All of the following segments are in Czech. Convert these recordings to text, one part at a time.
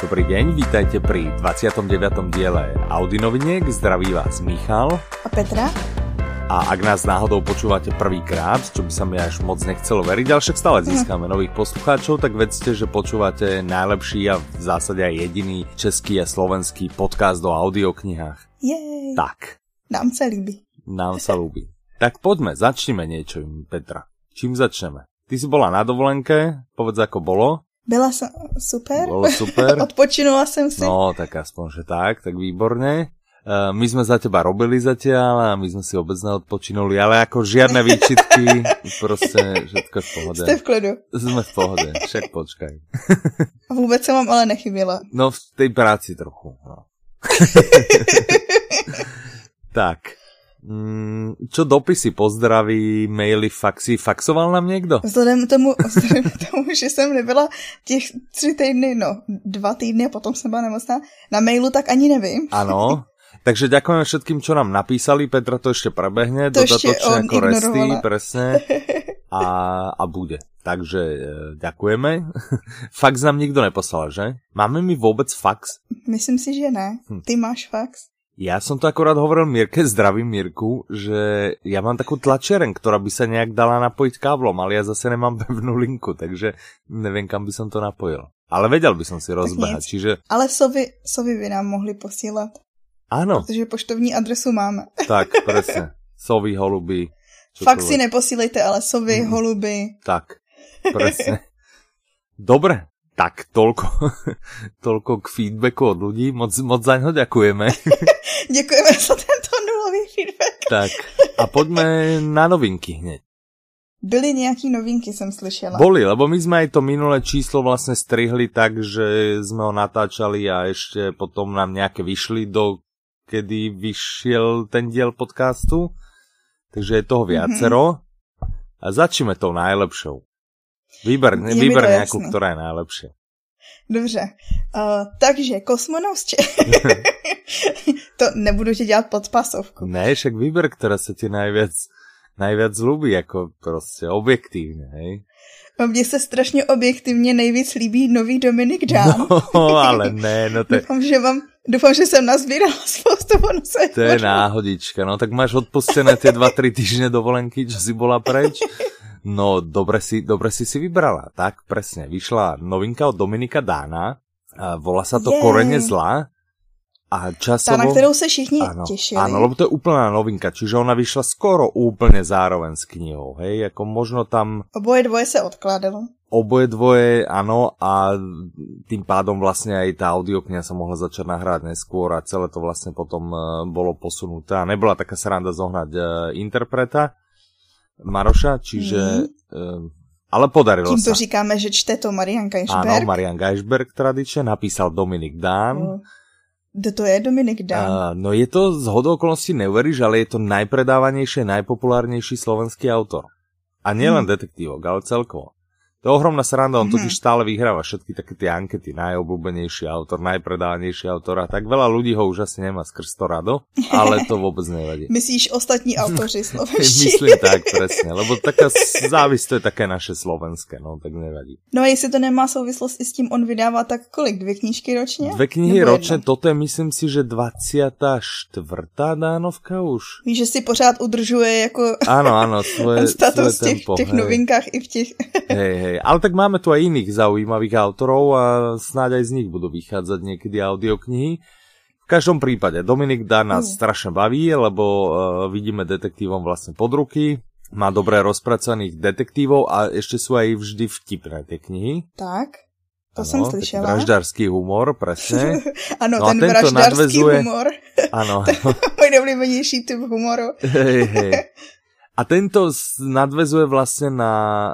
Dobrý deň, vítajte pri 29. diele Audi noviniek. Zdraví vás Michal. A Petra? A ak nás náhodou počúvate prvýkrát, čo by sa mi až moc nechcelo veriť, ale však stále získame nových poslucháčov, tak vedzte, že počúvate najlepší a v zásade aj jediný český a slovenský podcast o audioknihách. Jej, Tak, nám se líbí. nám sa ľúbi. Tak poďme, začnime niečím, Petra. Čím začneme? Ty si bola na dovolenke, povedz ako bolo. Byla jsem super. Bolo super. Odpočinula jsem si. No, tak aspoň, že tak, tak výborne. Eh, My sme za teba robili zatiaľ a my sme si vôbec neodpočinuli, ale ako žiadne výčitky, proste všetko v pohode. Jste v klidu. Sme v pohode, však počkaj. A vůbec jsem vám ale nechyběla. No v tej práci trochu. No. tak. Mm, Čo dopisy, pozdraví, maily, faxy, faxoval nám niekto? Vzhledem k tomu, vzhledem k tomu, že jsem nebyla těch tři týdny, no dva týdny a potom jsem byla nemocná, na mailu tak ani nevím. Áno. Takže ďakujeme všetkým, čo nám napísali. Petra to ešte prebehne, To ešte dodatočne on ako resty, ignorovala. presne. A, a bude. Takže e, ďakujeme. Fax nám nikto neposlal, že? Máme mi vôbec fax? Myslím si, že ne. Hm. Ty máš fax? Ja som to akorát hovoril Mirke, zdravím Mirku, že ja mám takú tlačeren, ktorá by sa nejak dala napojiť káblom, ale ja zase nemám pevnú linku, takže neviem, kam by som to napojil. Ale vedel by som si rozbehať, nic. čiže Ale sovy, sovy by nám mohli posílat, áno, protože poštovní adresu máme. tak presne. Sovy, holuby, Faxy neposílejte, ale sovy, Mhm. holuby. Tak, presne. Dobre, tak toľko, toľko k feedbacku od ľudí. Moc, moc za ňo ďakujeme. Děkujeme za tento nulový feedback. Tak, a poďme na novinky hneď. Byly nějaký novinky, jsem slyšela. Boli, lebo my sme aj to minulé číslo vlastne strihli tak, že sme ho natáčali a ešte potom nám nejaké vyšli do kedy vyšiel ten diel podcastu. Takže je Mhm. toho viacero. A začneme tou najlepšou. Vyber, Je mi vyber to nejakú, jasné. ktorá je najlepšia. Dobře. Uh, takže kosmonosti. to nebudu ti dělat podpasovku. Ne, však výber, která se ti najviac, najviac ľubí, jako prostě objektívně, hej? Mně se strašně objektivně nejvíc líbí nový Dominik Dán. No, ale ne, no to je, doufám, že vám, doufám, že jsem nazbírala spoustu bonusů. to je náhodička, no tak máš odpustené ty dva, tři týždne dovolenky, čo si bola preč. No, dobre si, dobre si si vybrala, tak presne. Vyšla novinka od Dominika Dána, a volá sa to Jej. Korene zla a Ta, na časovo... kterou se všichni Áno, těšili. áno, lebo to je úplná novinka, čiže ona vyšla skoro úplne zároveň s knihou, hej, ako možno tam Oboje dvoje se odkládalo. oboje dvoje, ano, a tým pádom vlastne aj tá audiokniha sa mohla začať nahrávať neskôr a celé to vlastne potom eh, bolo posunuté a nebola taká sranda zohnať eh, interpreta Maroša, čiže... Mm. Ale podarilo Tímto sa. říkáme, že čte to Marianka Áno, Išberg. Marian Geisberg tradične, napísal Dominik Dán. Eh, Kdo to je Dominik Dán? Uh, no je to z hodou okolností neuveríš, ale je to najpredávanejšie, najpopulárnejší slovenský autor. A nielen hmm. detektívok, ale celkovo. To je ohromná sranda, on Hm. Mhm. totiž stále vyhráva všetky také tie ankety, najobľúbenejší autor, najpredávanejší autor a tak veľa ľudí ho už asi nemá skrz to rado, ale to vôbec nevadí. Myslíš ostatní autoři slovenští? Myslím tak, presne, lebo taká závisť to je také naše slovenské, no tak nevadí. No a jestli to nemá souvislost i s tím, on vydává tak kolik? Dvě knížky ročně? Dve knihy Nebo ročne, jedna? toto je myslím si, že 24. dánovka už. Víš, že si pořád udržuje jako Áno, áno, svoje, ten status svoje v těch, tempo. těch hej. novinkách i v těch... Hej, hej. Ale tak máme tu aj iných zaujímavých autorov a snáď aj z nich budú vychádzať niekedy audioknihy. V každom prípade Dominik Dá nás Mm. strašne baví, lebo uh, vidíme detektívom vlastne pod ruky. Má dobré rozpracovaných detektívov a ešte sú aj vždy vtipné tie knihy. Tak, Ano, to jsem taký slyšela. Vraždársky humor, presne. Ano, No a ten tento vraždářský nadvezuje- humor, Áno. můj nejoblíbenější typ humoru. Hej, hej. A tento s- nadvezuje vlastne na uh,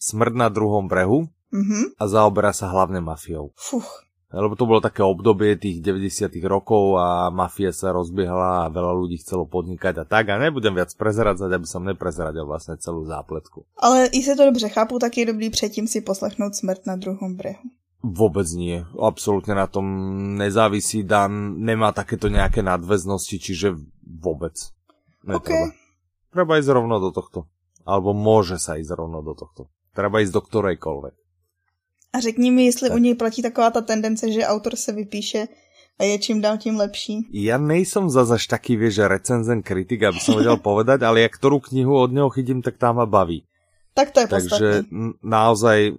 smrť na druhom brehu Mhm. a zaoberá sa hlavne mafiou. Fuch. Lebo to bolo také obdobie tých 90 rokov a mafia sa rozbiehla a veľa ľudí chcelo podnikať a tak. A nebudem viac prezradzať, aby som neprezradil vlastne celú zápletku. Ale i se to dobře chápu, tak je dobrý předtím si poslechnout smrt na druhém brehu. Vôbec nie. Absolútne na tom nezávisí. Dan nemá takéto nejaké nadväznosti, čiže vôbec. Netreba. Ok. Treba ísť rovno do tohto. Alebo môže sa ísť rovno do tohto. Treba ísť do ktorejkoľvek. A řekni mi, jestli u něj platí taková ta tendence, že autor se vypíše a je čím dál tím lepší. Ja nejsom zas až taký, vieš, že recenzen kritik, aby som vedel povedať, ale ja ktorú knihu od neho chytím, tak tá ma baví. Tak to je Takže podstatné. n- naozaj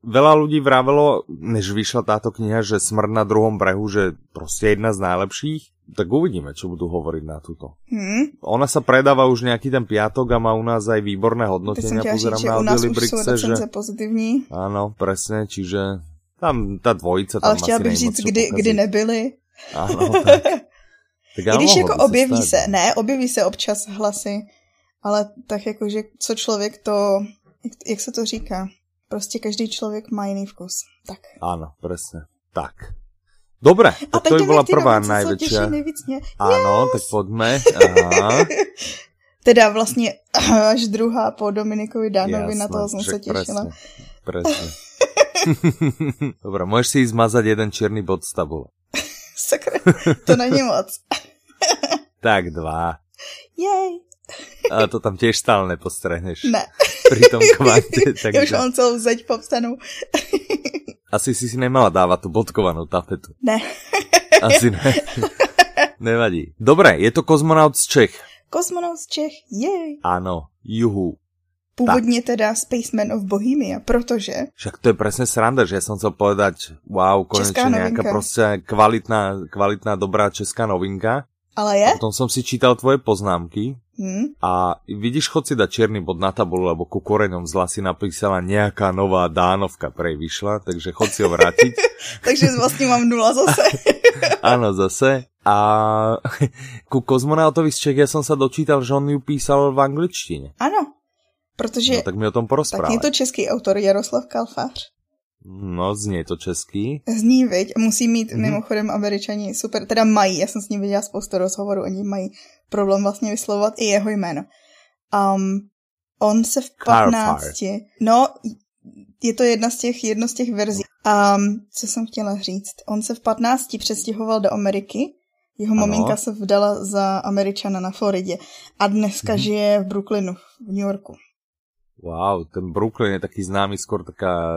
veľa ľudí vravelo, než vyšla táto kniha, že Smrť na druhom brehu, že proste jedna z najlepších, tak uvidíme, čo budú hovoriť na túto. Hm? Ona sa predáva už nejaký ten piatok a má u nás aj výborné Teď jsem hodnotenia, chtěla říct, pozerám že na u nás už Audiolibrixe, jsou že... recenze pozitivní, Áno, presne, čiže tam tá dvojica tam ale chtěla asi bych není moc říct, čo kdy, pokaziť. kdy nebyly. Áno, tak. tak I áno, když mohlo jako by se objeví stát. se, ne, objeví se občas hlasy, ale tak jako, že co člověk to, jak, jak se to říká, prostě každý člověk má jiný vkus. Tak. Áno, presne. Tak. Dobre, A tak to by teď bola nech ty prvá novice, co těší najväčšia. nejvíc mě. Áno, tak poďme. Aha, Teda vlastně až druhá po Dominikovi Dánovi, na toho jsem se však těšila. Presne, presne. Dobre, môžeš si zmazať jeden čierny bod z tabule. Sakra, to není moc. Tak dva. Jej, A to tam tiež stále nepostrehneš. ne, Pri tom kvante. já už Takže... mám celou zeď popsanou. Asi si si nemala dávať tú bodkovanú tapetu. Ne. Asi ne. Nevadí. Dobre, je to kozmonaut z Čech. Kosmonaut z Čech, jej. Áno, juhu. Původně teda Spaceman of Bohemia, protože Však to je presne sranda, že ja som chcel povedať, wow, Česká konečne nejaká novinka. proste kvalitná, kvalitná, dobrá česká novinka. ale je, A potom som si čítal tvoje poznámky hm, a vidíš, chod si dať čierny bod na tabulu, lebo ku koreňom zla si napísala nejaká nová dánovka prej vyšla, takže chod si ho vrátiť. takže vlastně mám nula zase. Áno, zase. A ku kozmonautovi z Čech ja som sa dočítal, že on ju písal v angličtine. Ano, protože No tak mi o tom porozprávaj. tak je to český autor Jaroslav Kalfář. No, znie to český. Zní, viď, musí mít Mhm. mm-hmm. mimochodem američani super, teda mají, já jsem s ním viděla spoustu rozhovorů, oni mají problém vlastně vyslovovat i jeho jméno. Um, on se v Kalfár. 15, no, je to jedna z těch, jedno z těch verzí. Um, co jsem chtěla říct, on se v 15 přestěhoval do Ameriky, jeho Ano. maminka se vdala za američana na Floridě a dneska Mhm. žije v Brooklynu, v New Yorku. Wow, ten Brooklyn je taký známy, skôr taká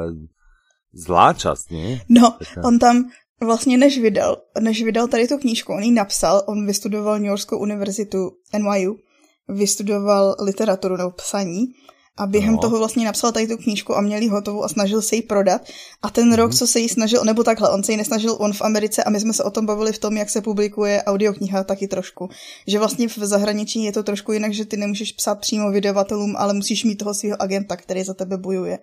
zlá časť, nie? No, Taká... On tam vlastně než vydal, než vydal tady tu knížku, on ji napsal, on vystudoval New Yorkskou univerzitu NYU, vystudoval literaturu nebo psaní a během No. no. toho vlastně napsal tady tu knížku a měl ji hotovou a snažil se ji prodat. A ten rok, Mhm. co se ji snažil, nebo takhle, on se ji nesnažil on v Americe a my jsme se o tom bavili v tom, jak se publikuje audiokniha taky trošku. Že vlastně v zahraničí je to trošku jinak, že ty nemůžeš psát přímo vydavatelům, ale musíš mít toho svého agenta, který za tebe bojuje.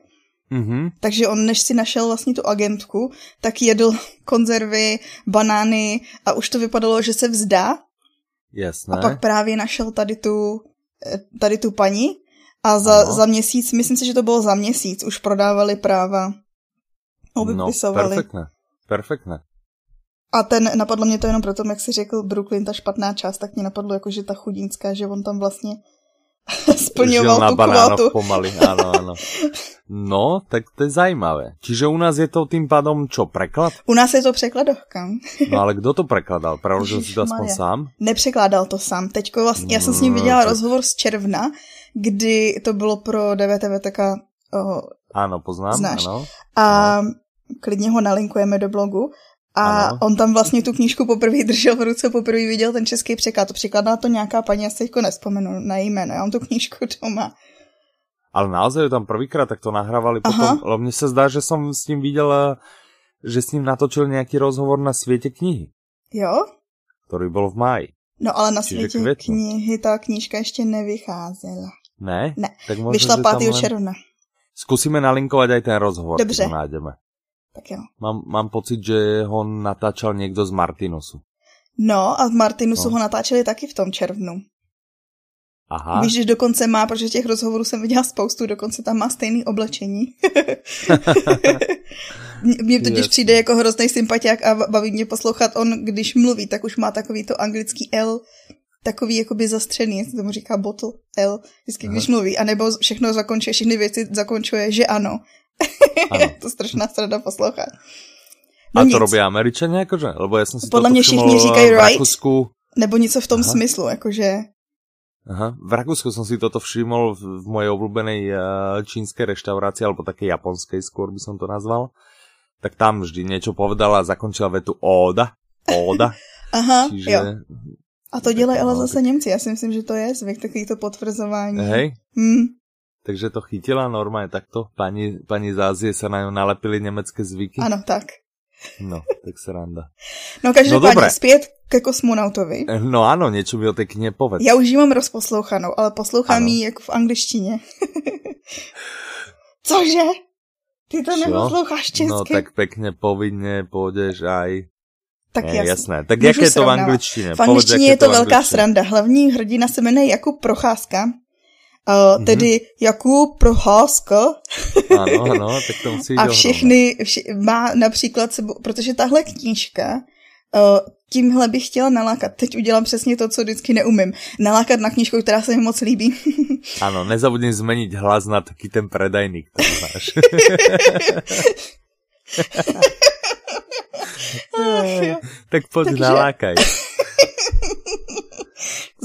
Mhm. Takže on, než si našel vlastně tu agentku, tak jedl konzervy, banány a už to vypadalo, že se vzdá. Jasné. A pak právě našel tady tu, eh, tady tu paní a za, Ano. za měsíc, myslím si, že to bylo za měsíc, už prodávali práva. No, Obypisovali. perfektné. Perfektné. a ten, napadlo mě to jenom proto, jak si řekl Brooklyn, ta špatná část, tak mě napadlo jako, že ta chudínská, že on tam vlastně Žil na splňoval tu banánoch kvotu. pomaly, áno, áno. No, tak to je zajímavé. Čiže u nás je to tým pádom čo, preklad? U nás je to překladovka. No ale kdo to prekladal? Preložil si to aspoň Ježišmarja. sám? nepřekládal to sám. Teďko vlastně, já jsem s ním No, viděla tak- rozhovor z června, kdy to bylo pro DVTVTK o, Áno, poznám, Znáš. áno. a klidně ho nalinkujeme do blogu. A Ano. on tam vlastně tu knížku poprvé držel v ruce, poprvé viděl ten český překlad. Překládala to nějaká paní, já se teďko nespomenu na její jméno, já mám tu knížku doma. Ale naozaj ju tam prvýkrát takto nahrávali Aha. potom, lebo mne sa zdá, že som s ním videl, eh, že s ním natočil nejaký rozhovor na Sviete knihy, Jo? ktorý bol v máji. No ale na Čiže světě květnu. knihy ta knížka ještě nevycházela. Ne? Ne. Tak možno, Vyšla že tam 5. len- června. Skúsime nalinkovať aj ten rozhovor, Dobře. čo nájdeme. Tak jo. Mám, mám pocit, že ho natáčal někdo z Martinusu. No a v Martinusu No. no. ho natáčeli taky v tom červnu. Aha, Víš, že dokonce má, protože těch rozhovorů jsem viděla spoustu, dokonce tam má stejný oblečení. Mně- Mně totiž Jasně. přijde jako hrozný sympatiák a ba- baví mě poslouchat. On, když mluví, tak už má takový to anglický L, takový jakoby zastřený, jak se tomu říká bottle L, vždycky když mluví, anebo z- všechno zakončuje, všechny věci zakončuje, že ano. ano. to je strašná strada poslouchat. A No to nic. robí Američané akože? Lebo ja som si Podľa toto mňa všimol všichni říkajú v right. Rakúsku. Nebo něco v tom Aha. Aha. smyslu, jakože Aha. V Rakúsku som si toto všimol v, v mojej obľúbenej eh, čínskej reštaurácii, alebo také japonskej skôr by som to nazval. Tak tam vždy niečo povedala a zakončila vetu Óda. Óda. Aha, Čiže... No, jo. A to tak dělají ale no, zase tak- Němci, já si myslím, že to je zvyk takový to potvrzování. Hej, Hmm. takže to chytila normálne takto. Pani, pani z Ázie sa na ňu nalepili nemecké zvyky. Ano, tak. No, tak sranda. No každopádně dobré. no, zpět ke kosmonautovi. Eh, No áno, niečo mi o tej knihe povedz. Já už ji mám rozposlouchanou, ale poslouchám Eh. Ano. ji jako v angličtině. Cože? Ty to Co? neposloucháš česky? No tak pekne, povinne půjdeš aj. tak Eh, jasně. jasné. Tak Můžu jaké to v srovnávat. angličtině? V angličtině je to velká sranda. sranda. Hlavní hrdina se jmenuje Jakub Procházka. Uh, tedy Jakub Procházka Ano, ano, tak to musí jít a dohromady. všechny vše, má například sebou, protože tahle knížka uh, tímhle bych chtěla nalákat. Teď udělám přesně to, co vždycky neumím. Nalákat na knížku, která se mi moc líbí. Ano, nezabudni zmeniť hlas na taký ten predajný, ktorý máš. Ach jo. tak poď Takže- Takže... nalákaj.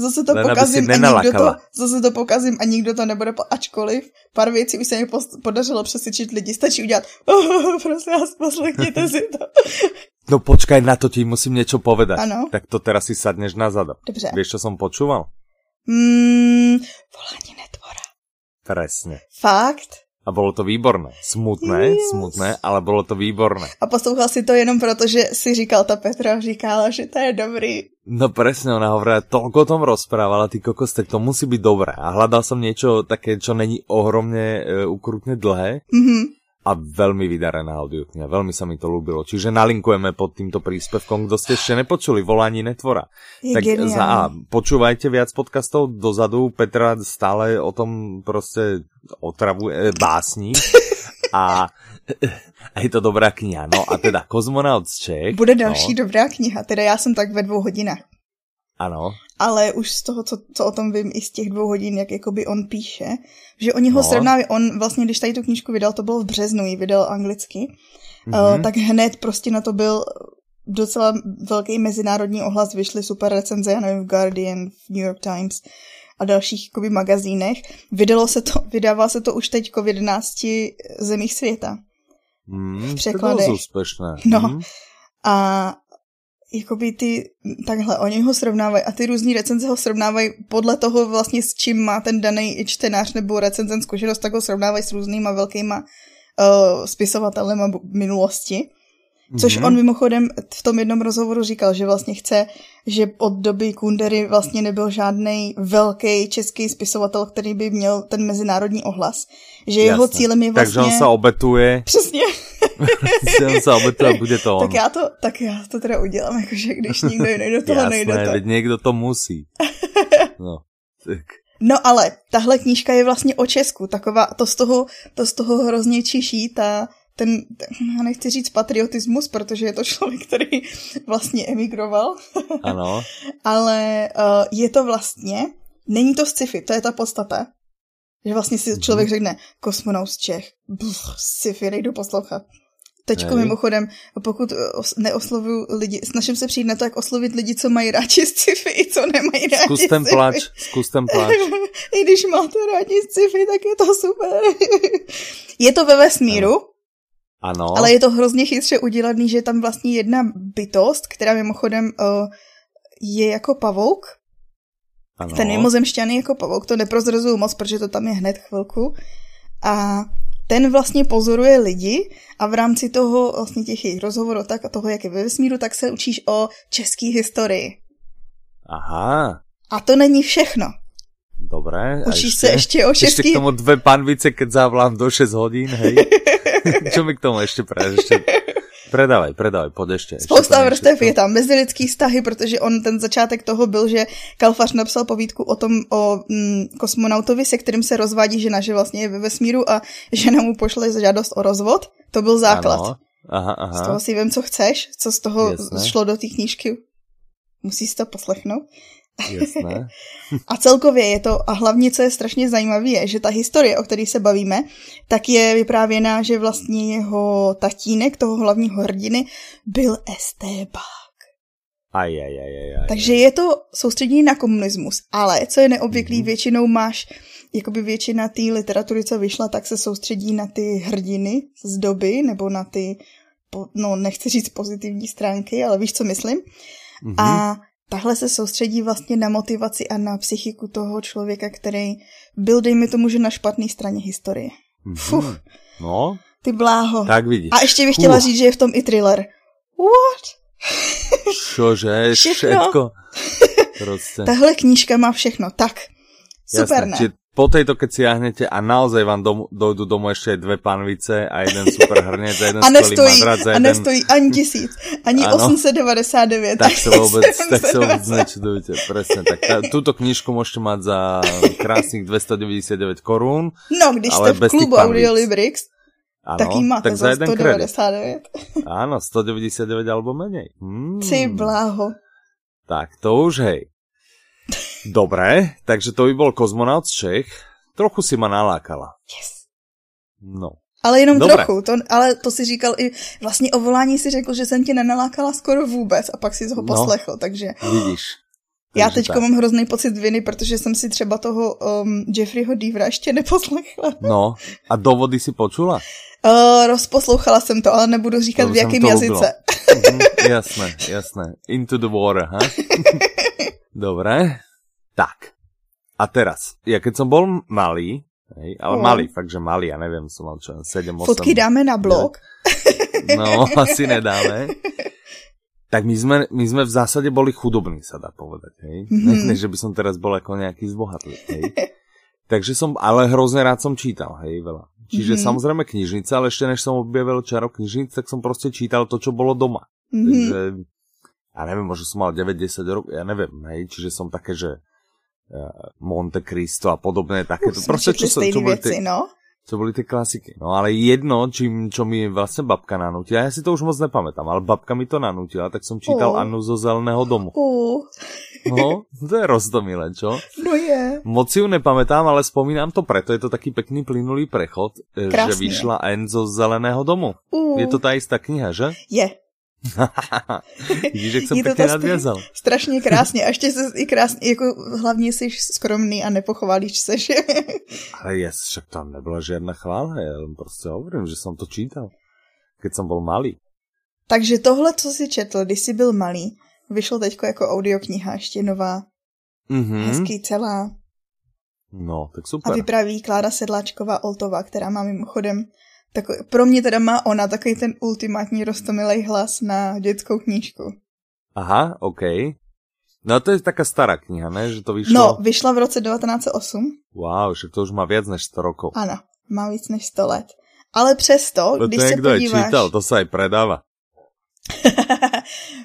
Zase to Lena by si pokazím a nikdo to, nenalakala. zase to pokazím a nikdo to nebude, po, ačkoliv pár věcí už se mi post- podařilo přesvědčit lidi, stačí udělat, prosím vás, poslechněte si to. No počkaj, na to ti musím niečo povedať. Ano. Tak to teraz si sadneš na zado. Dobře. Vieš, čo som počúval? Mm, volání netvora. Presne. Fakt? A bolo to výborné. Smutné, Yes. yes. smutné, ale bolo to výborné. A poslouchal si to jenom proto, že si říkal, ta Petra říkala, že to je dobrý. No presne, ona hovorila, toľko o tom rozprávala, ty kokos, tak to musí byť dobré. A hľadal som niečo také, čo není ohromne e, ukrutne dlhé Mhm. a veľmi vydarená audiokniha. Veľmi sa mi to ľúbilo. Čiže nalinkujeme pod týmto príspevkom, kto ste ešte nepočuli, volání netvora. Je tak geniální. za A, počúvajte viac podcastov dozadu, Petra stále o tom proste otravuje, e, básni. A, a je to dobrá kniha. No a teda Kozmonaut z Čech. Bude další No, dobrá kniha, teda já jsem tak ve dvou hodinách. ano. Ale už z toho, co, co o tom vím, i z těch dvou hodin, jak jakoby on píše, že oni ho no. No. srovnávají, on vlastně, když tady tu knížku vydal, to bylo v březnu, ji vydal anglicky, Mhm. mm-hmm. tak hned prostě na to byl docela velký mezinárodní ohlas, vyšly super recenze, já nevím, v Guardian, v New York Times a dalších jakoby, magazínech. Vydalo se to, vydává se to už teď v 11 zemích světa. Mm, v to je překladech. dosť úspešné. No. Mm. A jakoby ty, takhle, oni ho srovnávají a ty různý recenze ho srovnávají podle toho vlastně s čím má ten daný čtenář nebo recenzent zkušenost, tak ho srovnávají s různýma velkýma uh, spisovatelema bu- minulosti. Což Mhm. on mimochodem v tom jednom rozhovoru říkal, že vlastně chce, že od doby Kundery vlastně nebyl žádný velký český spisovatel, který by měl ten mezinárodní ohlas. Že jeho Jasné. cílem je vlastně... Takže on sa obetuje, Přesně, on sa obetuje a bude to on. tak já, to, tak já to teda udělám, jakože když nikdo jiný do toho nejde Jasné, to. veď niekto to musí. No, tak. No ale tahle knížka je vlastně o Česku, taková, to z toho, to z toho hrozně čiší ta, ten, ten, já nechci říct patriotismus, protože je to člověk, který vlastně emigroval, Ano. ale uh, je to vlastně, není to sci-fi, to je ta podstata. Že vlastně si Mhm. člověk řekne, kosmonaut z Čech, blf, sci-fi, nejdu poslouchat. Teďko Hej. mimochodem, pokud eh, os- neoslovuju lidi, snažím se přijít na to, jak oslovit lidi, co mají rádi sci-fi i co nemají rádi Skús ten sci-fi. plač, skús ten plač. I když máte rádi sci-fi, tak je to super. je to ve vesmíru, Ano. ale je to hrozně chytře udělaný, že je tam vlastně jedna bytost, která mimochodem eh, je jako pavouk. ano. Ten mimozemšťan je jako pavouk, to neprozrazuju moc, protože to tam je hned chvilku. A ten vlastně pozoruje lidi a v rámci toho vlastně těch jejich rozhovorů tak a toho, jak je ve vesmíru, tak se učíš o české historii. Aha, A to není všechno. dobré. A Učíš se ještě o Ešte český... k tomu dve panvice, keď zavlám do 6 hodín, hej. Čo mi k tomu ešte pre, ešte... Predávaj, predávaj, poď ešte. ešte Spousta konečne. vrstev je tam, mezilidský vztahy, protože on ten začátek toho byl, že Kalfař napsal povídku o tom o mm, kosmonautovi, se kterým se rozvádí žena, že vlastně je ve vesmíru a žena mu pošle žádost o rozvod. To byl základ. Áno. Aha, aha. Z toho si vem, co chceš, co z toho Jasné. šlo do té knížky. Musíš si to poslechnout. Jasné. A celkově je to, a hlavně co je strašně zajímavé, je, že ta historie, o které se bavíme, tak je vyprávěná, že vlastně jeho tatínek, toho hlavního hrdiny, byl Estébák. Aj, aj, aj, aj, aj. Takže je to soustředění na komunismus, ale co je Mhm. neobvyklý, mm-hmm. většinou máš, jakoby většina té literatury, co vyšla, tak se soustředí na ty hrdiny z doby, nebo na ty, po- no nechci říct pozitivní stránky, ale víš, co myslím. Mhm. A tahle se soustředí vlastně na motivaci a na psychiku toho člověka, který byl, dejme tomu, že na špatné straně historie. Mhm. fuh. No, Ty bláho. tak vidíš. A ještě bych chtěla Fuh. říct, že je v tom i thriller. What? Čože, Všechno. všetko. Proste. Tahle knížka má všechno. Tak, super Jasné, ne? čiže po tejto, keď siahnete a naozaj vám dom, dojdu domů ještě dve panvice a jeden super hrnec a jeden A skvělý nestojí, madrac a a jeden... nestojí ani tisíc, ani Ano. 899, Tak se vůbec, tak se vůbec 720. nečudujte, presne. Tak ta, túto knižku můžete mať za krásných 299 korun. No, když Ale jste v bez klubu těch panvic. Audiolibrix, Ano, tak ji máte tak za jeden kredit. 199. Áno, 199 alebo menej. Hmm. Ty bláho. Tak to už hej. Dobré, takže to by bol kozmonaut z Čech. Trochu si ma nalákala. Yes. No. Ale jenom Dobré. trochu, to, ale to si říkal i, vlastně o volání si řekl, že jsem tě nenalákala skoro vůbec a pak si ho No. poslechl, takže Vidíš. já Takže teďka tak. mám hrozný pocit viny, protože jsem si třeba toho um, Jeffreyho Deavera ještě neposlechla. No, a dovody si počula? Uh, rozposlouchala jsem to, ale nebudu říkat To v jsem jakém to jazyce. Mhm, jasné, jasné. Into the water, ha? Dobré. Tak. A teraz, ja keď som bol malý, hej, ale No. malý, fakt, že malý, ja neviem, som mal čo, 7, 8. Fotky dáme na blog. No, asi nedáme. Tak my sme, my sme v zásade boli chudobní, sa dá povedať. Hej? Mhm. Mm-hmm. Ne, že by som teraz bol ako nejaký zbohatlý. Hej? Takže som, ale hrozne rád som čítal, hej, veľa. Čiže Mhm. mm-hmm. samozrejme knižnica, ale ešte než som objavil čaro knižnic, tak som proste čítal to, čo bolo doma. Mhm. Takže, ja neviem, možno som mal 9-10 rokov, ja neviem, hej, čiže som také, že eh, Monte Cristo a podobné Už takéto. jsme Proste, četli čo, sa- stejný čo boli tie, věci, no. to byly ty klasiky. No ale jedno, čím, čo mi vlastně babka nanutila, já si to už moc nepamätám, ale babka mi to nanutila, tak jsem čítal Oh. oh. Annu zo zeleného domu. U, No, to je rozdomile, čo? no je. Moc si ju nepamätám, ale vzpomínám to preto, je to taký pekný plynulý prechod, eh, Krásně. že vyšla Anne zo zeleného domu. U, Je to ta jistá kniha, že? je. Vidíš, jak jsem Je to pěkně ta nadvězal. Strašně krásně. A ještě se i krásně, jako hlavně jsi skromný a nepochválíš se, že? Ale jes, však tam nebyla žádná chvála, já jen prostě hovorím, že jsem to čítal. Keď jsem byl malý. Takže tohle, co jsi četl, když jsi byl malý, vyšlo teďko jako audiokniha, ještě nová, Mhm. hmm? hezký celá. No, tak A super. vypraví Klára Sedláčková Oltová, která má mimochodem takový, pro mě teda má ona takový ten ultimátní rostomilej hlas na dětskou knížku. Aha, OK. No a to je taká stará kniha, ne? Že to vyšlo... No, vyšla v roce 1908 Wow, však to už má viac než 100 rokov. Ano, má víc než 100 let. Ale přesto, To když to se někdo je podíváš, čítal, to se aj predáva.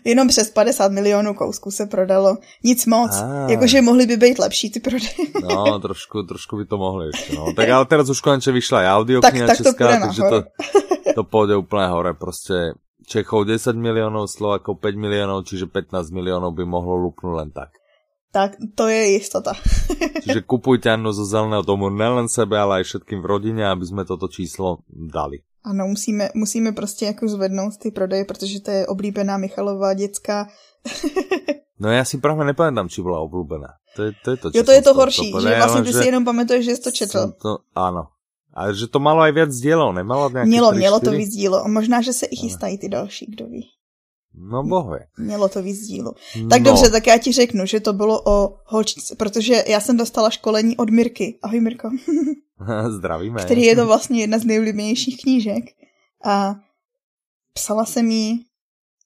jenom přes 50 milionů kousků se prodalo. Nic moc. Ah. Jakože mohly by být lepší ty prodeje. No, trošku, trošku by to mohli ještě, no. Tak ale teraz už konečně vyšla i audio Tak- kniha tak to česká, půjde takže to, nahoru. to půjde úplně hore. Prostě Čechov 10 milionů, Slovakov 5 milionů, čiže 15 milionů by mohlo lupnout len tak. Tak to je jistota. Čiže kupujte Annu zo zeleného domu nelen sebe, ale aj všetkým v rodine, aby sme toto číslo dali. Ano, musíme, musíme prostě jako zvednout ty prodeje, protože to je oblíbená Michalová dětská. No já si právě nepamätám, či byla oblúbená. To je to, je to Jo, čo to je som to z toho horší, že povedal, vlastně ty že- si jenom pamatuješ, že jsi to četl. Som To, áno. A že to malo aj viac dielov, nemalo nejaké Mělo, tri, mělo to štyri? víc dílo. A možná, že se i Ano. chystají ty další, kdo ví. No bohve. Mělo to víc dílu. no. Tak no. dobře, tak já ti řeknu, že to bylo o holčičce, protože já jsem dostala školení od Mirky. Ahoj Mirko. Zdravíme. Který je to vlastně jedna z nejulíbenějších knížek. A psala jsem jí,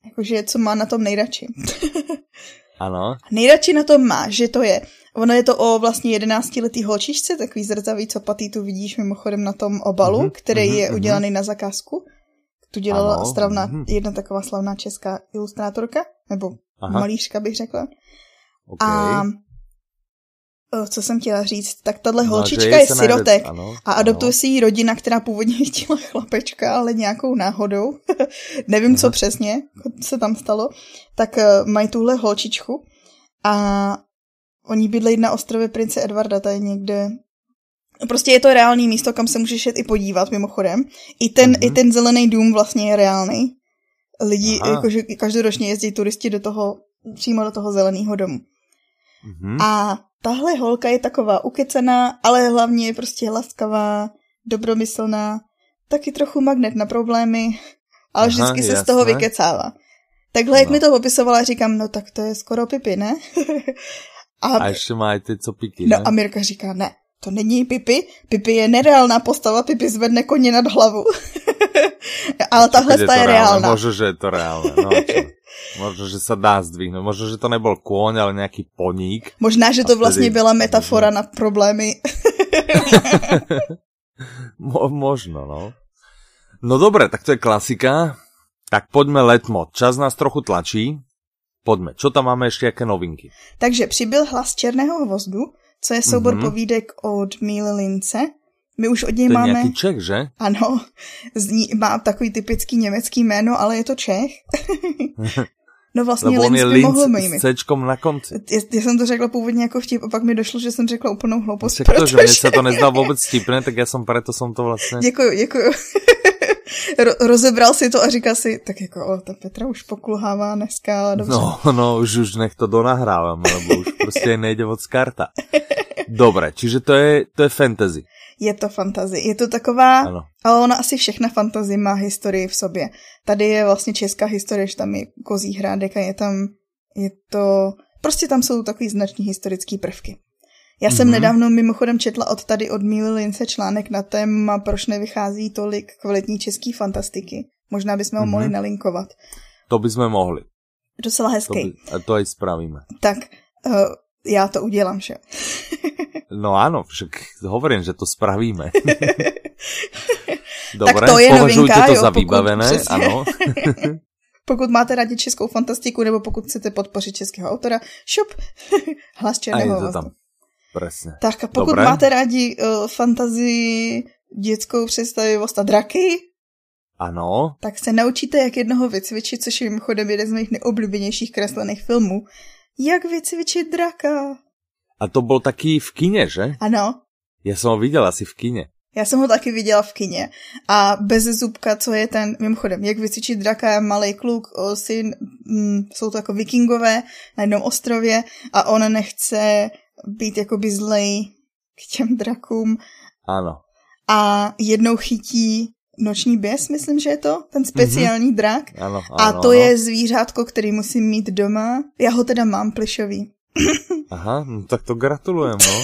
jakože co má na tom nejradši. Ano. Nejradši na tom má, že to je, ono je to o vlastně jedenáctiletý holčičce, takový zrcavý, co patý tu vidíš mimochodem na tom obalu, Mhm, mm-hmm, který mhm, mm-hmm, je mhm. udělaný na zakázku. Tu dělala Ano, ano, stravná, mhm. mm-hmm. jedna taková slavná česká ilustrátorka, nebo Aha, malířka bych řekla. okay. A o, co jsem chtěla říct, tak tahle No, že holčička jej je se najde- sirotek Ano, a adoptuje si ji rodina, která původně chtěla chlapečka, ale nějakou náhodou, nevím, co Aha. přesně se tam stalo, tak eh, mají tuhle holčičku a oni bydlejí na ostrově prince Edwarda, to je někde... Prostě je to reálný místo, kam se můžeš jet i podívat, mimochodem. I ten, Mhm. i ten zelený dům vlastně je reálný. Lidi, Aha. jakože každoročně jezdí turisti do toho přímo do toho zeleného domu. Mhm. A tahle holka je taková ukecená, ale hlavně je prostě laskavá, dobromyslná, taky trochu magnet na problémy, Aha, ale vždycky se z jasné. toho vykecává. Takhle, jak No. mi to popisovala, říkám, no tak to je skoro pipi, ne? a, A ještě má i ty copiky, no ne? a Mirka říká, ne, to není pipi, pipi je nereálná postava, pipi zvedne koně nad hlavu. ale tahle Keď ta je to reálne? reálná. Možno, že je to reálne. No, a čo? možno, že sa dá zdvihnúť. Možno, že to nebol kôň, ale nejaký poník. Možná, že A to vtedy- Mhm. vlastně byla metafora na problémy Mo- možno, no. No dobre, tak to je klasika. Tak poďme letmo. Čas nás trochu tlačí. Poďme. Čo tam máme ešte, aké novinky? Takže přibyl hlas Černého hvozdu, co je soubor Mhm. mm-hmm. povídek od Míly Lince. My už od něj To je máme, nejaký Čech, že? ano, zní, má takový typický německý jméno, ale je to Čech. no vlastně Lebo on Linc je by linc mohl s mít. Cčkom na konci. Já, já jsem to řekla původně jako vtip, a pak mi došlo, že jsem řekla úplnou hloupost, Však to, protože... že mne sa to nezdá vôbec vtipné, tak ja som preto som to vlastne... Děkuju, děkuju. Ro- rozebral si to a říkal si, tak jako, o, ta Petra už pokulhává dneska, ale dobře. No, no, už, už nech to donahrávam, lebo už prostě nejde moc karta. Dobre, čiže to je, to je fantasy. Je to fantazie. Je to taková... Ano. Ale ona asi všechna fantazie má historii v sobě. Tady je vlastně česká historie, že tam je kozí hrádek a je tam, je to, prostě tam jsou takový značný historický prvky. Já jsem Mhm. mm-hmm. nedávno mimochodem četla od tady od Míly Lince článek na téma, proč nevychází tolik kvalitní český fantastiky. Možná bychom ho Mhm. mohli nalinkovat. To by sme mohli. Docela To, hezký. by, a to aj spravíme. Tak uh, já to udělám, že? jo. No áno, však hovorím, že to spravíme. Dobre, to je považujte novinka, to jo, za pokud- vybavené, přesně. áno. Pokud máte rádi českou fantastiku nebo pokud chcete podpořit českého autora, šup, hlas A je černého to hlasku. tam. Presne. Tak a pokud Dobré. Dobré. máte rádi uh, fantazii, dětskou představivost a draky, Áno, tak se naučíte, jak jednoho vycvičit, což je mimochodem jeden z mých neoblíbenějších kreslených filmů. Jak vycvičit draka? a to bol taký v kine, že? Ano, Ja som ho videl asi v kine. já jsem ho taky viděla v kině. A bez zubka, co je ten, mimochodem, jak vycvičit draka, je malý kluk, o, syn, mm, jsou to jako vikingové na jednom ostrově a on nechce být jakoby zlej k těm drakům Áno. a jednou chytí noční běs, myslím, že je to, ten Mhm. speciální mm-hmm. drak. Áno, áno, A to áno. je zvířátko, který musím mít doma. Já ho teda mám plišový. Aha, no tak to gratulujem, no.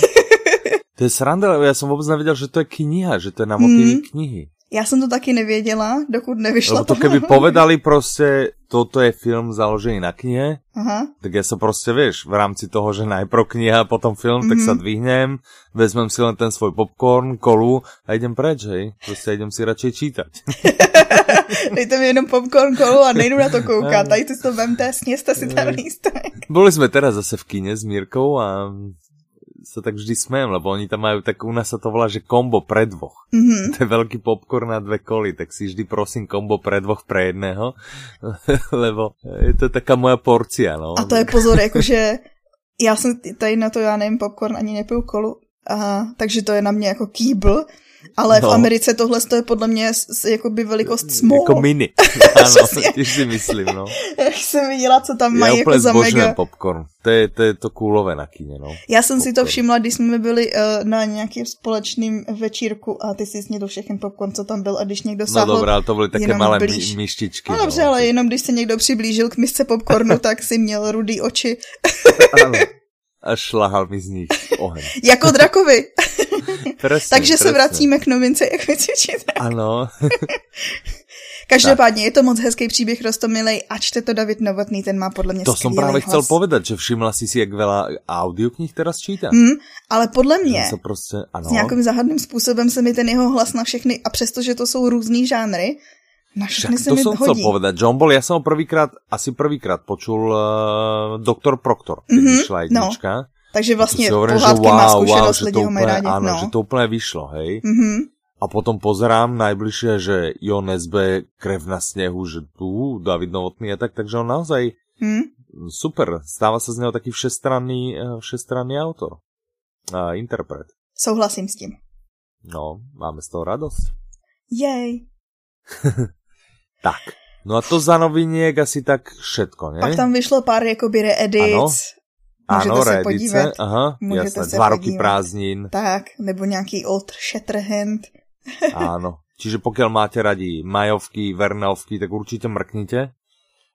To je sranda, lebo ja som vôbec nevedel, že to je kniha, že to je na motivy Mhm. knihy. Já jsem to taky nevěděla, dokud nevyšla Lebo to tahle keby novela. povedali proste, toto je film založený na knihe, Aha, tak ja sa proste, vieš, v rámci toho, že najprv kniha, potom film, tak sa Mhm. dvihnem, vezmem si len ten svoj popcorn, kolu a idem preč, hej. Proste idem si radšej čítať. dejte mi jenom popcorn kolu a nejdu na to koukat. Tady ty si to vemte, sněste si tam Ej. lístek. Boli sme teraz zase v kine s Mírkou a sa tak vždy smejem, lebo oni tam majú tak, u nás sa to volá, že kombo pre dvoch. Mhm. To je veľký popcorn na dve koly, tak si vždy prosím kombo pre dvoch pre jedného, lebo je to taká moja porcia, no. A to je pozor, jakože já jsem tady na to, já nevím, popcorn ani nepiju kolu, a, takže to je na mě jako kýbl, ale No. v Americe tohle to je podle mě s, s, jakoby velikost small. Jako mini. Áno, Přesně. tiež si myslím, no. Jak jsem viděla, co tam Ja mají jako úplne za zbožňujem mega. popcorn. To je, to je to kůlové na kine, no. Já jsem si to Popcorn. všimla, když jsme byli uh, na nějakým společným večírku a ty si snědl všechny popcorn, co tam byl a když někdo No sáhl... dobré, ale to byly také jenom malé blíž. mi, myštičky. No dobře, no. ale jenom když se někdo přiblížil k misce popcornu, tak si měl rudý oči. Áno. A šlahal mi z nich oheň. Jako drakovi. Presne, Takže se presne. vracíme k novince, jak vycvičit. Áno, Každopádně je to moc hezký příběh, rostomilej a čte to David Novotný, ten má podle mě to som skvělý práve hlas. chcel povedať, že všimla si si, jak veľa audiokníh teraz číta. Hm, ale podle mě... jako Že Sa proste, áno. S nějakým záhadným způsobem se mi ten jeho hlas na všechny, a přestože to jsou různý žánry, na všechny Však se to mi som chcel hodí. povedať. John Ball, ja som ho prvýkrát, asi prvýkrát počul uh, Doktor Proctor, keď Mhm, mm-hmm, vyšla jednička. No. Takže vlastně To si hovorím, že pohádky má zkušenost, že lidi to ho mají úplne, rádi. áno, no. že to úplne vyšlo, hej. Mhm. A potom pozerám najbližšie, že Jon SB, krev na snehu, že tu, David Novotný a tak, takže on naozaj Hm? mm, super, stáva sa z neho taký všestranný, eh, všestranný autor a interpret. Souhlasím s tím. No, máme z toho radosť. Jej. Tak, No a to za noviniek asi tak všetko, ne? Pak tam vyšlo pár jako jakoby reedits. Ano. Můžete ano, se reedice, podívat. aha, Můžete jasné, se dva roky podívat. prázdnin, Tak, nebo nějaký Old Shatterhand. áno. Čiže pokiaľ máte radi majovky, vernovky, tak určite mrknite.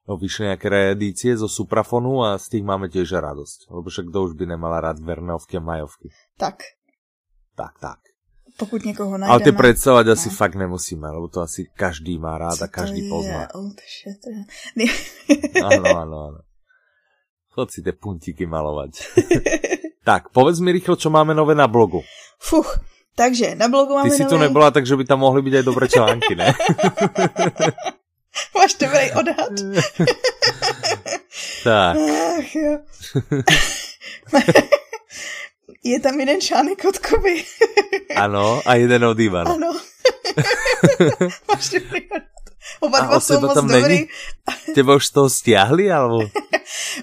No, vyšli nejaké reedície zo Suprafonu a z tých máme tiež radosť. Lebo však kto už by nemala rád vernovky a majovky. Tak, Tak, tak. pokud někoho najdeme. Ale tie predstavať asi No. fakt nemusíme, lebo to asi každý má rád Co a každý to pozná. Je Oh, Old Shatterhand. Áno, áno, áno. Chod si tie puntíky malovať. tak, povedz mi rýchlo, čo máme nové na blogu. Fuch, takže na blogu Ty máme si tu nový- nebyla, takže by tam mohly byť aj dobré články, ne? Máš dobrý odhad. tak, Ach jo. je tam jeden článek od Koby. áno, a jeden od Ivana. Ano. Máš dobrý odhad. Oba A dva od jsou teba moc tam dobrý. není? Tebe už z toho stiahli, alebo?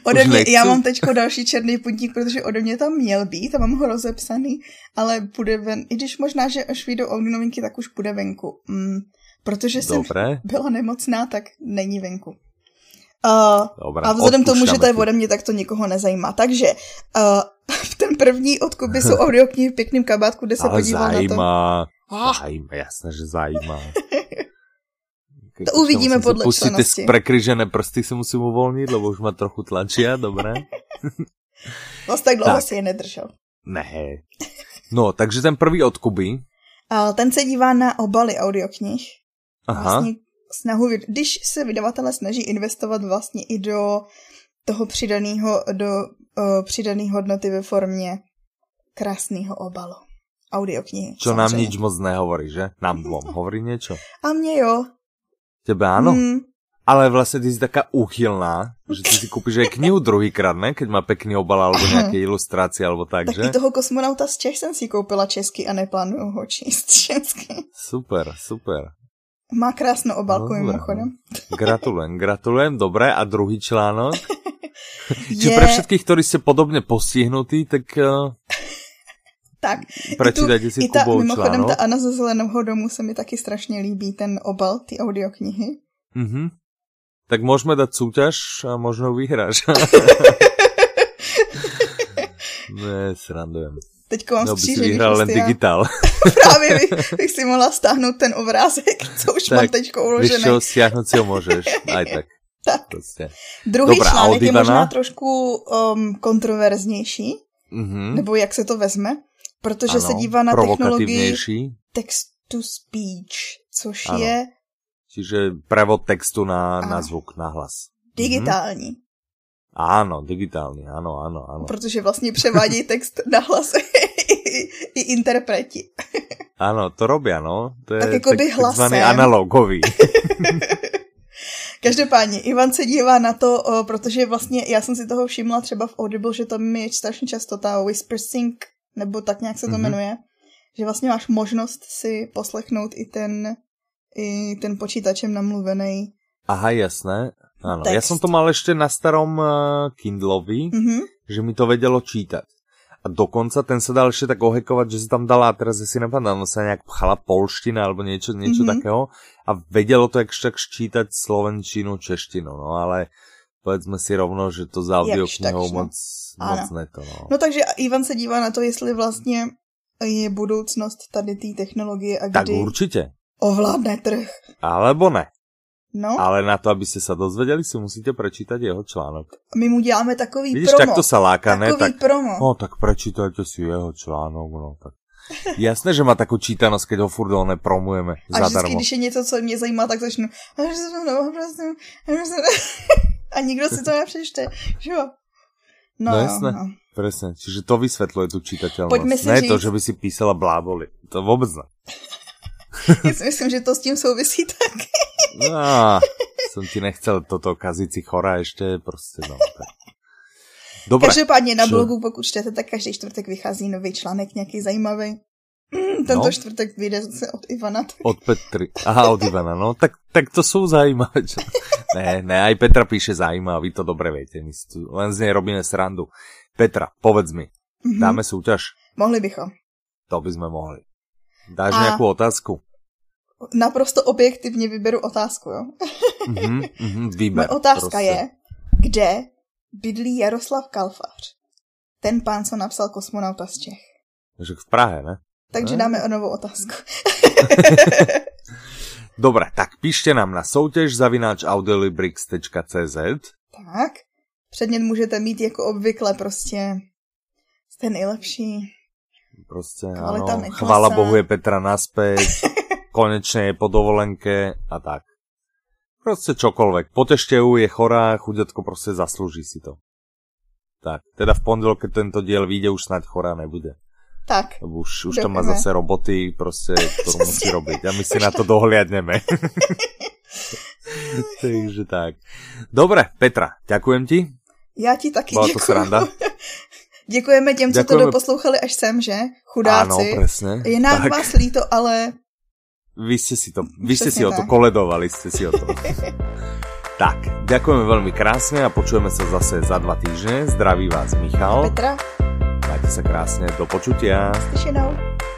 Ode Už mě, já nechci. mám teďko další černý puntík, protože ode mě tam měl být a mám ho rozepsaný, ale bude ven, i když možná, že až vyjdou audio novinky, tak už bude venku. Mm, protože jsem Dobre, byla nemocná, tak není venku. Uh, dobré. a vzhledem k tomu, že odpúšťame to je ti. ode mě, tak to nikoho nezajímá. Takže uh, ten první od Kuby jsou audioknihy v pěkném kabátku, kde se Ale podíval na to. zajímá, Ah. zajímá, jasné, že zajímá. To uvidíme Musím si podle pustit ty členosti. prekryžené prsty si musím uvolnit, lebo už ma trochu tlačia, dobré? Vlastně tak dlouho Tak. si je nedržel. Ne. No, takže ten prvý od Kuby. Uh, ten se dívá na obaly audioknih. Aha, vlastně snahu, vy- když se vydavatele snaží investovat vlastně i do toho přidaného, do uh, přidané hodnoty ve formě krásného obalu. Audioknihy. čo nám samozřejmě. nič moc nehovorí, že? Nám dvom hovorí niečo. A mě jo. Tebe áno? Mm. Hmm, Ale vlastne ty si taká úchylná, že ty si kúpiš aj knihu druhýkrát, ne? Keď má pekný obal alebo nejaké ilustrácie alebo tak, tak že? i toho kosmonauta z Čech jsem si koupila česky a neplánuju ho číst česky. Super, super. Má krásnou obalku Dobré. mimochodem. Gratulujem, gratulujem, dobré. A druhý článok? Či Je- pre všetkých, ktorí ste podobne postihnutí, tak uh, Tak, prečítajte si no. I ta, Kubov mimochodem ta článok. Anna ze Zeleného domu se mi taky strašně líbí, ten obal, ty audioknihy. Mhm. Tak môžeme dať súťaž a možno ju vyhráš. ne, srandujem. Teďko mám No, by si skřížený vyhral len prsty a- digitál. prostě Právě bych, bych si mohla stáhnout ten obrázek, co už Tak, mám teďko Vieš uložený. čo, stiahnuť si ho môžeš. Aj tak. Prostě. Tak. Proste. Druhý Dobrá, článek je Audivana? možná trošku um, kontroverznější, Mhm. nebo jak se to vezme, No, protože se Áno, dívá na technologii provokativnější, text to speech, což Ano. Mhm. je Čiže prevod textu na, Áno. na zvuk, na hlas. digitální, Mhm. Áno, digitálny, áno, áno, áno. protože vlastně převádí text na hlas i, i interpreti. Áno, to robia, no. To je Tak jakoby tak- takzvaný hlasem. analogový. Každopádně, Ivan se dívá na to, o, protože vlastně já jsem si toho všimla třeba v Audible, že tam je strašně často ta Whisper Sync, nebo tak nějak se to Mhm. jmenuje, že vlastně máš možnost si poslechnout i ten, i ten počítačem namluvený. Aha, jasné. Áno, ja Text. som to mal ešte na starom uh, Kindlovi, Mhm. že mi to vedelo čítať. A dokonca ten sa dal ešte tak ohekovať, že si tam dala, a teraz ja si nepamätám, no sa nejak pchala polština alebo niečo, niečo mm-hmm. Mhm. takého a vedelo to jakž tak ščítať slovenčinu, češtinu, no ale povedzme si rovno, že to za Jakž audioknihou takž, no. moc, moc Áno. ne to, no. No takže Ivan se dívá na to, jestli vlastně je budoucnost tady té technologie a tak kdy určite. ovládne trh. Alebo ne. No, a Ale na to, aby ste sa dozvedeli, si musíte prečítať jeho článok. my mu děláme takový Vidíš, promo. takto sa láka, ne? takový Tak, promo. no, tak prečítajte si jeho článok, no tak. Jasné, že má takú čítanosť, keď ho furt dole nepromujeme A vždycky, zadarmo. když je něco, co mě zajímá, tak začnu. A nikdo si to nepřečte, že jo? No, No jo, jasné. no. Presne, čiže to vysvetľuje tú čitateľnosť. Poďme si ne je to, říct- že by si písala bláboli. To vôbec ne. Já si myslím, že to s tím souvisí taky. Á, som No, ti nechcel toto kaziť si chora ešte, proste no. Tak. Dobre, Každopádně na čo? blogu, pokud čtete, tak každý čtvrtek vychází nový článek, nějaký zajímavý. Mm, Tento No. čtvrtek vyjde zase od Ivana. tak- od Petry. Aha, od Ivana, no. Tak, tak to sú zajímavé. čo- Ne, ne, aj Petra píše zaujímavé, vy to dobre viete. My si tu len z nej robíme srandu. Petra, povedz mi, Mhm. dáme súťaž? Mohli bychom. To by sme mohli. Dáš A- nejakú otázku? naprosto objektivně vyberu otázku, jo? Mhm, mhm, výber. Moje No, otázka prostě. je, kde bydlí Jaroslav Kalfař? Ten pán, co napsal kosmonauta z Čech. Že v Prahe, ne? Ne? Takže dáme o novou otázku. Dobre, tak píšte nám na soutěž zavináč audiolibrix.cz Tak, předmět můžete mít jako obvykle prostě jste nejlepší. Prostě Kvalita áno, neklesá. chvála Bohu je Petra naspäť, konečne je po dovolenke a tak. Prostě Proste čokoľvek. Potešte ju, je chorá, chuďatko proste zaslúži si to. Tak, teda v pondelok, keď tento diel vyjde, už snáď chorá nebude. Tak, Lebo už, už to má Ďakujeme. zase roboty, proste, ktorú musí Presne. robiť. A my si na to dohliadneme. Takže tak. Dobre, Petra, ďakujem ti. já ti taky Byla to děkuju. sranda. Děkujeme těm, co Děkujeme. to doposlouchali až sem, že? Chudáci. Áno, presne. je nám Tak. vás líto, ale Vy ste si to, vy ste si o Přesně to tak. koledovali, ste si o to. tak, ďakujeme veľmi krásne a počujeme sa zase za dva týždne. Zdraví vás Michal, Petra, majte sa krásne, do počutia. slyšenou.